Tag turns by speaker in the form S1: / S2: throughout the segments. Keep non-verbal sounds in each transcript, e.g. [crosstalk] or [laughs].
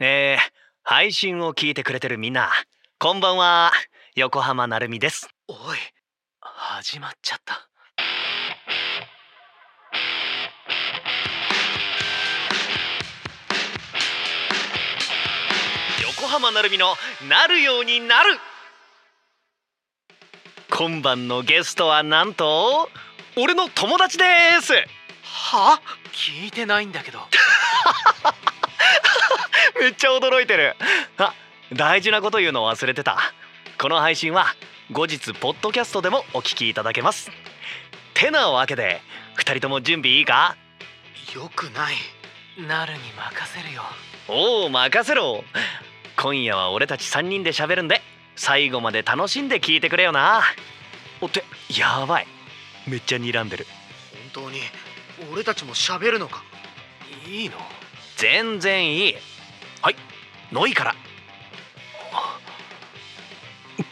S1: えー、配信を聞いてくれてるみんなこんばんは横浜なるみですおい始まっちゃった横浜なるみのなるようになる今晩のゲストはなんと俺の友達ですは聞いてないんだけど [laughs] めっちゃ驚いてるあ大事なこと言うの忘れてたこの配信は後日ポッドキャストでもお聞きいただけますてなわけで2人とも準備いいか
S2: よくないなるに任せるよ
S1: おお任せろ今夜は俺たち3人で喋るんで最後まで楽しんで聞いてくれよなおってやばいめっちゃ睨んでる
S2: 本当に俺たちも喋るのかいいの
S1: 全然いいはいノイから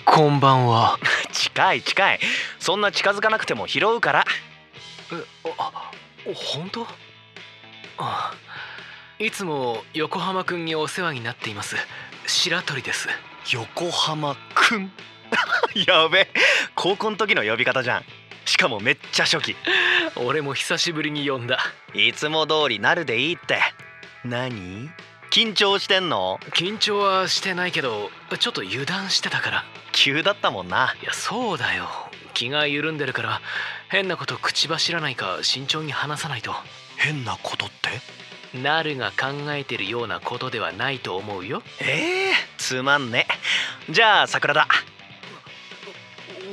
S2: こんばんは
S1: [laughs] 近い近いそんな近づかなくても拾うから
S2: 本当あいつも横浜くんにお世話になっています白鳥です
S1: 横浜くん [laughs] やべえ高校の時の呼び方じゃんしかもめっちゃ初期
S2: 俺も久しぶりに呼んだ
S1: いつも通りなるでいいって何緊張してんの
S2: 緊張はしてないけどちょっと油断してたから
S1: 急だったもんない
S2: やそうだよ気が緩んでるから変なこと口走らないか慎重に話さないと
S1: 変なことって
S2: なるが考えてるようなことではないと思うよ
S1: ええつまんねじゃあ桜田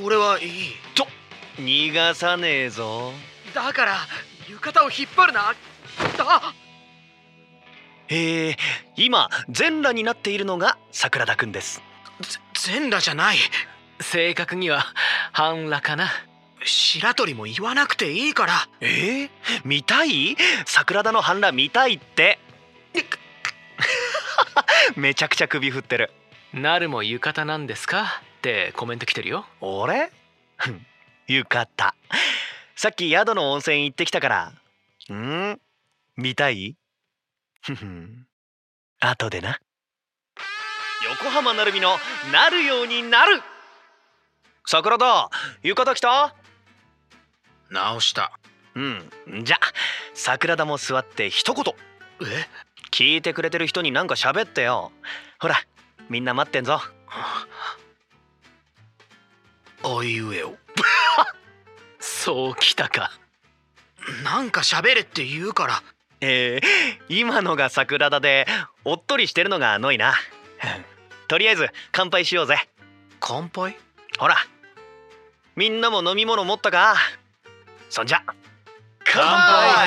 S2: 俺はいい
S1: 逃がさねえぞ
S2: だから浴衣を引っ張るなだ
S1: へえ今全裸になっているのが桜田くんです
S2: 全裸じゃない正確には半裸かな白鳥も言わなくていいから
S1: えー、見たい桜田の反乱見たいって [laughs] めちゃくちゃ首振ってる
S2: なるも浴衣なんですかってコメント来てるよ
S1: [laughs] 俺ふん浴衣さっき宿の温泉行ってきたからうん見たい [laughs] ふふん後でな横浜なるみのなるようになる桜田浴衣着た
S2: 直した
S1: うんじゃ桜田も座って一言
S2: え
S1: 聞いてくれてる人になんか喋ってよほらみんな待ってんぞ
S2: あいうえお [laughs] そうきたかなんか喋れって言うから
S1: えー、今のが桜田でおっとりしてるのがノイなとりあえず乾杯しようぜ
S2: 乾杯
S1: ほらみんなも飲み物持ったかそんじゃ乾
S2: 杯
S1: はあ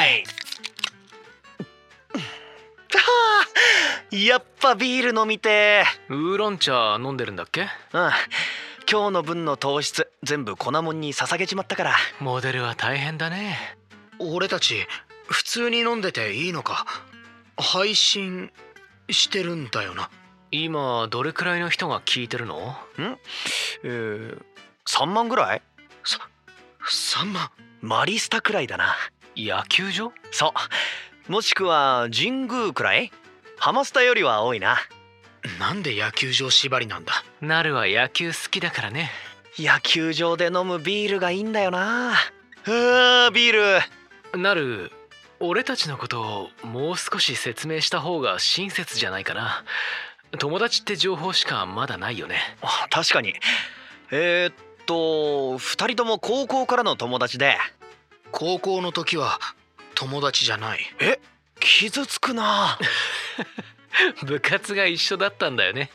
S1: やっぱビール飲みて
S2: ウーロン茶飲んでるんだっけ
S1: えうん今日の分の糖質全部粉もんに捧げちまったから
S2: モデルは大変だね俺たち普通に飲んでていいのか配信してるんだよな今どれくらいの人が聞いてるの
S1: えー、3万ぐらい
S2: 3万
S1: マリスタくらいだな
S2: 野球場
S1: そうもしくは神宮くらいハマスタよりは多いな
S2: なんで野球場縛りなんだなるは野球好きだからね
S1: 野球場で飲むビールがいいんだよなうわービール
S2: なる俺たちのことをもう少し説明した方が親切じゃないかな友達って情報しかまだないよね
S1: あ確かにえー、っと2人とも高校からの友達で
S2: 高校の時は友達じゃない
S1: 傷つくな
S3: [laughs] 部活が一緒だったんだよね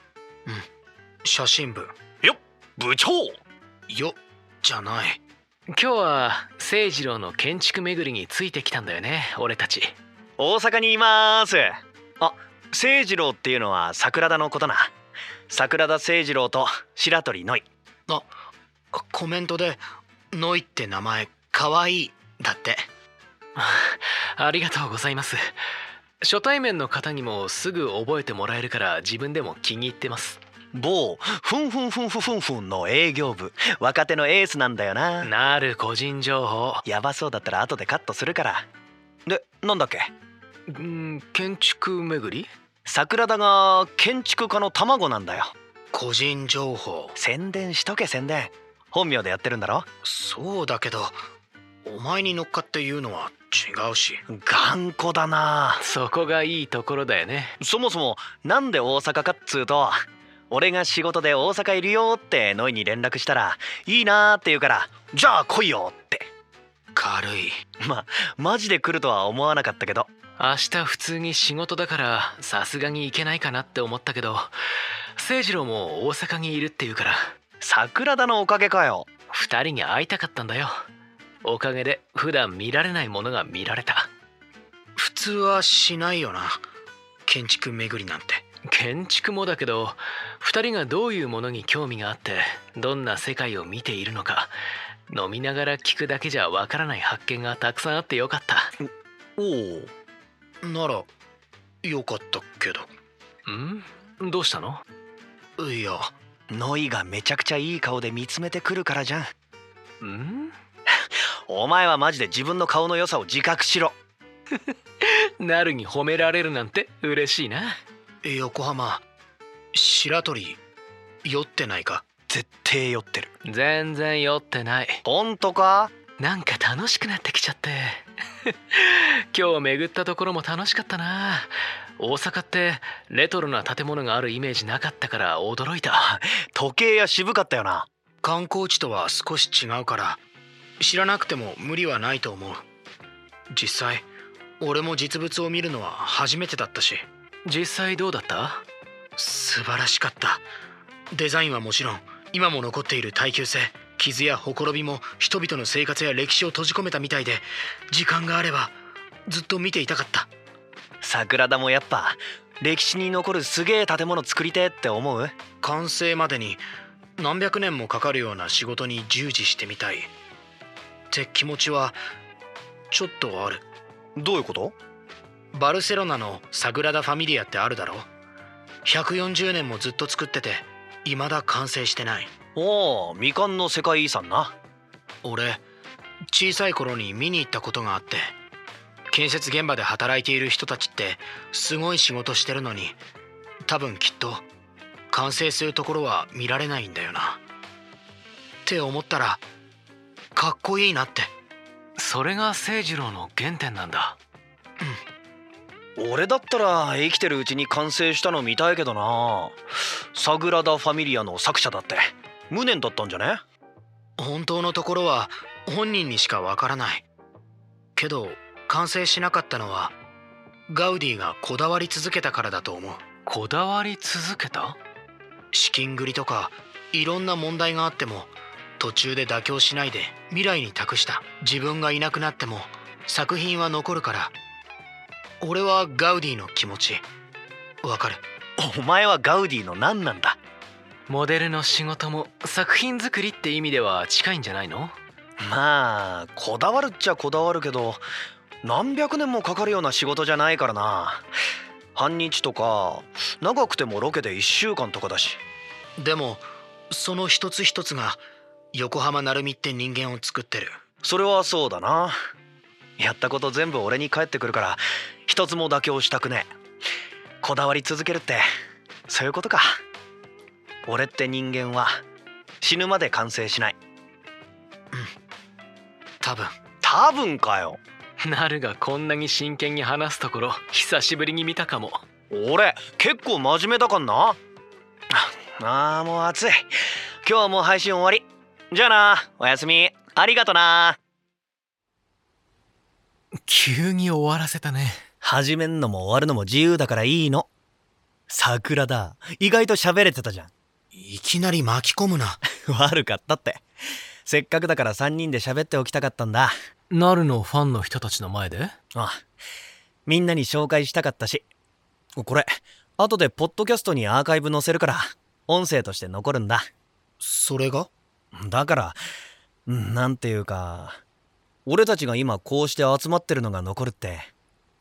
S2: 写真部
S1: 部長
S2: よじゃない
S3: 今日は誠二郎の建築巡りについてきたんだよね俺たち
S1: 大阪にいますあ誠二郎っていうのは桜田のことな桜田誠二郎と白鳥ノイ
S2: コメントで「ノイって名前かわいい」だって
S3: ありがとうございます初対面の方にもすぐ覚えてもらえるから自分でも気に入ってます
S1: 某ふんふんふんふんふんふんの営業部若手のエースなんだよな
S3: なる個人情報
S1: やばそうだったら後でカットするからでなんだっけ
S3: ん建築巡り
S1: 桜田が建築家の卵なんだよ
S2: 個人情報
S1: 宣伝しとけ宣伝本名でやってるんだろ
S2: そうだけどお前に乗っかって言うのは違うし
S1: 頑固だな
S3: そこがいいところだよね
S1: そもそもなんで大阪かっつうと俺が仕事で大阪いるよってノイに連絡したらいいなーって言うからじゃあ来いよって
S2: 軽い
S1: マジで来るとは思わなかったけど
S3: 明日普通に仕事だからさすがに行けないかなって思ったけど誠次郎も大阪にいるっていうから
S1: 桜田のおかげかよ
S3: 2人に会いたかったんだよおかげで普段見られないものが見られた
S2: 普通はしないよな建築巡りなんて
S3: 建築もだけど2人がどういうものに興味があってどんな世界を見ているのか飲みながら聞くだけじゃわからない発見がたくさんあってよかった
S1: おお
S2: ならよかったけ
S3: んどうしたの
S2: どいや
S1: ノイがめちゃくちゃいい顔で見つめてくるからじゃん
S3: ん
S1: お前はマジで自分の顔の良さを自覚しろ
S3: なるに褒められるなんて嬉しいな
S2: 横浜白鳥酔ってないか
S1: 絶対酔ってる
S3: 全然酔ってない
S1: 本当か
S3: なんか楽しくなってきちゃって [laughs] 今日巡ったところも楽しかったな大阪ってレトロな建物があるイメージなかったから驚いた
S1: 時計屋渋かったよな
S2: 観光地とは少し違うから知らなくても無理はないと思う実際俺も実物を見るのは初めてだったし
S3: 実際どうだった
S2: 素晴らしかったデザインはもちろん今も残っている耐久性傷やほころびも人々の生活や歴史を閉じ込めたみたいで時間があればずっと見ていたかった
S1: 桜田もやっぱ歴史に残るすげえ建物作りてえって思う
S2: 完成までに何百年もかかるような仕事に従事してみたいって気持ちはちょっとある
S1: どういうこと
S2: バルセロナのサグラダ・ファミリアってあるだろ140年もずっと作ってて未だ完成してない
S1: おお未完の世界遺産な
S2: 俺小さい頃に見に行ったことがあって建設現場で働いている人たちってすごい仕事してるのに多分きっと完成するところは見られないんだよなって思ったらかっこいいなって
S3: それが清次郎の原点なんだ
S1: 俺だったら生きてるうちに完成したの見たいけどなサグラダ・ファミリアの作者だって無念だったんじゃね
S2: 本当のところは本人にしかわからないけど完成しなかったのはガウディがこだわり続けたからだと思う
S3: こだわり続けた
S2: 資金繰りとかいろんな問題があっても途中で妥協しないで未来に託した自分がいなくなっても作品は残るから俺はガウディの気持ちわかる
S1: お前はガウディの何なんだ
S3: モデルの仕事も作品作りって意味では近いんじゃないの
S1: まあこだわるっちゃこだわるけど何百年もかかるような仕事じゃないからな半日とか長くてもロケで1週間とかだし
S2: でもその一つ一つが横浜成美って人間を作ってる
S1: それはそうだなやったこと全部俺に返ってくるから一つも妥協したくねえこだわり続けるってそういうことか俺って人間は死ぬまで完成しない
S2: 多分
S1: 多分かよ
S3: なるがこんなに真剣に話すところ久しぶりに見たかも
S1: 俺結構真面目だかんなああーもう暑い今日はもう配信終わりじゃあなおやすみありがとな
S3: 急に終わらせたね
S1: 始めんのも終わるのも自由だからいいの桜だ意外と喋れてたじゃん [laughs]
S2: いきなり巻き込むな
S1: 悪かったってせっかくだから3人で喋っておきたかったんだ
S3: なるのファンの人たちの前で
S1: あみんなに紹介したかったしこれ後でポッドキャストにアーカイブ載せるから音声として残るんだ
S2: それが
S1: だからうんなんていうか俺たちが今こうして集まってるのが残るって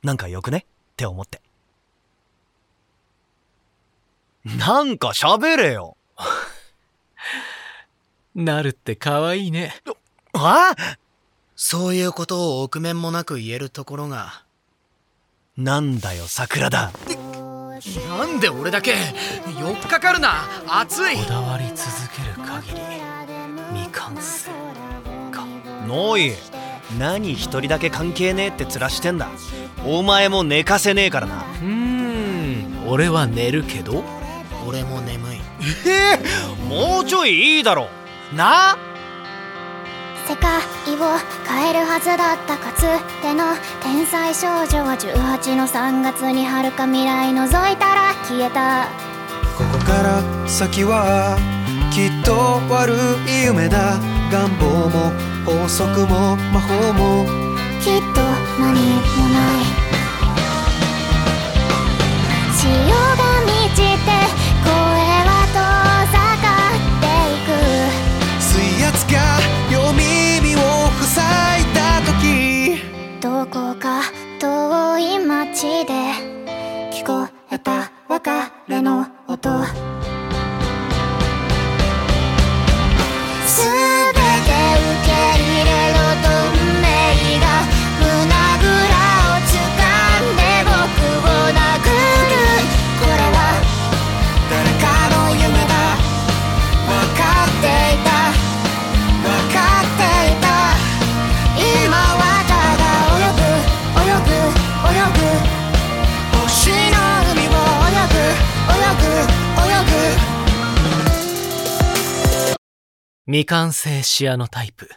S1: なんかよくねって思ってなんか喋れよ
S3: なるって可愛いね
S1: あ
S2: そういうことを臆面もなく言えるところが
S1: なんだよ桜だ
S4: 「
S2: なんで俺だけ4日かるな暑い
S3: こだわり続ける限り未完成
S1: ノイ何一人だけ関係ねえって面してんだお前も寝かせねえからな
S3: うーん俺は寝るけど
S2: 俺も眠い
S1: ええもうちょいいいだろな
S4: 世界を変えるはずだったかつての天才少女は18の3月に遥か未来覗いたら消えた
S5: ここから先はきっと悪い夢だ願望も法則も魔法も
S4: きっと何もない潮が満ちて声は遠ざかっていく
S5: 水圧が両耳を塞いだ時
S4: どこか遠い街で聞こえた別れの音すべて受け入れろと運命が胸ぐらを掴んで僕を殴るこれは
S5: 誰か
S4: かの夢だわかっていたわかっていた今はただ泳ぐ泳ぐ泳ぐ星の海を泳ぐ泳ぐ泳ぐ
S3: 未完成シアノタイプ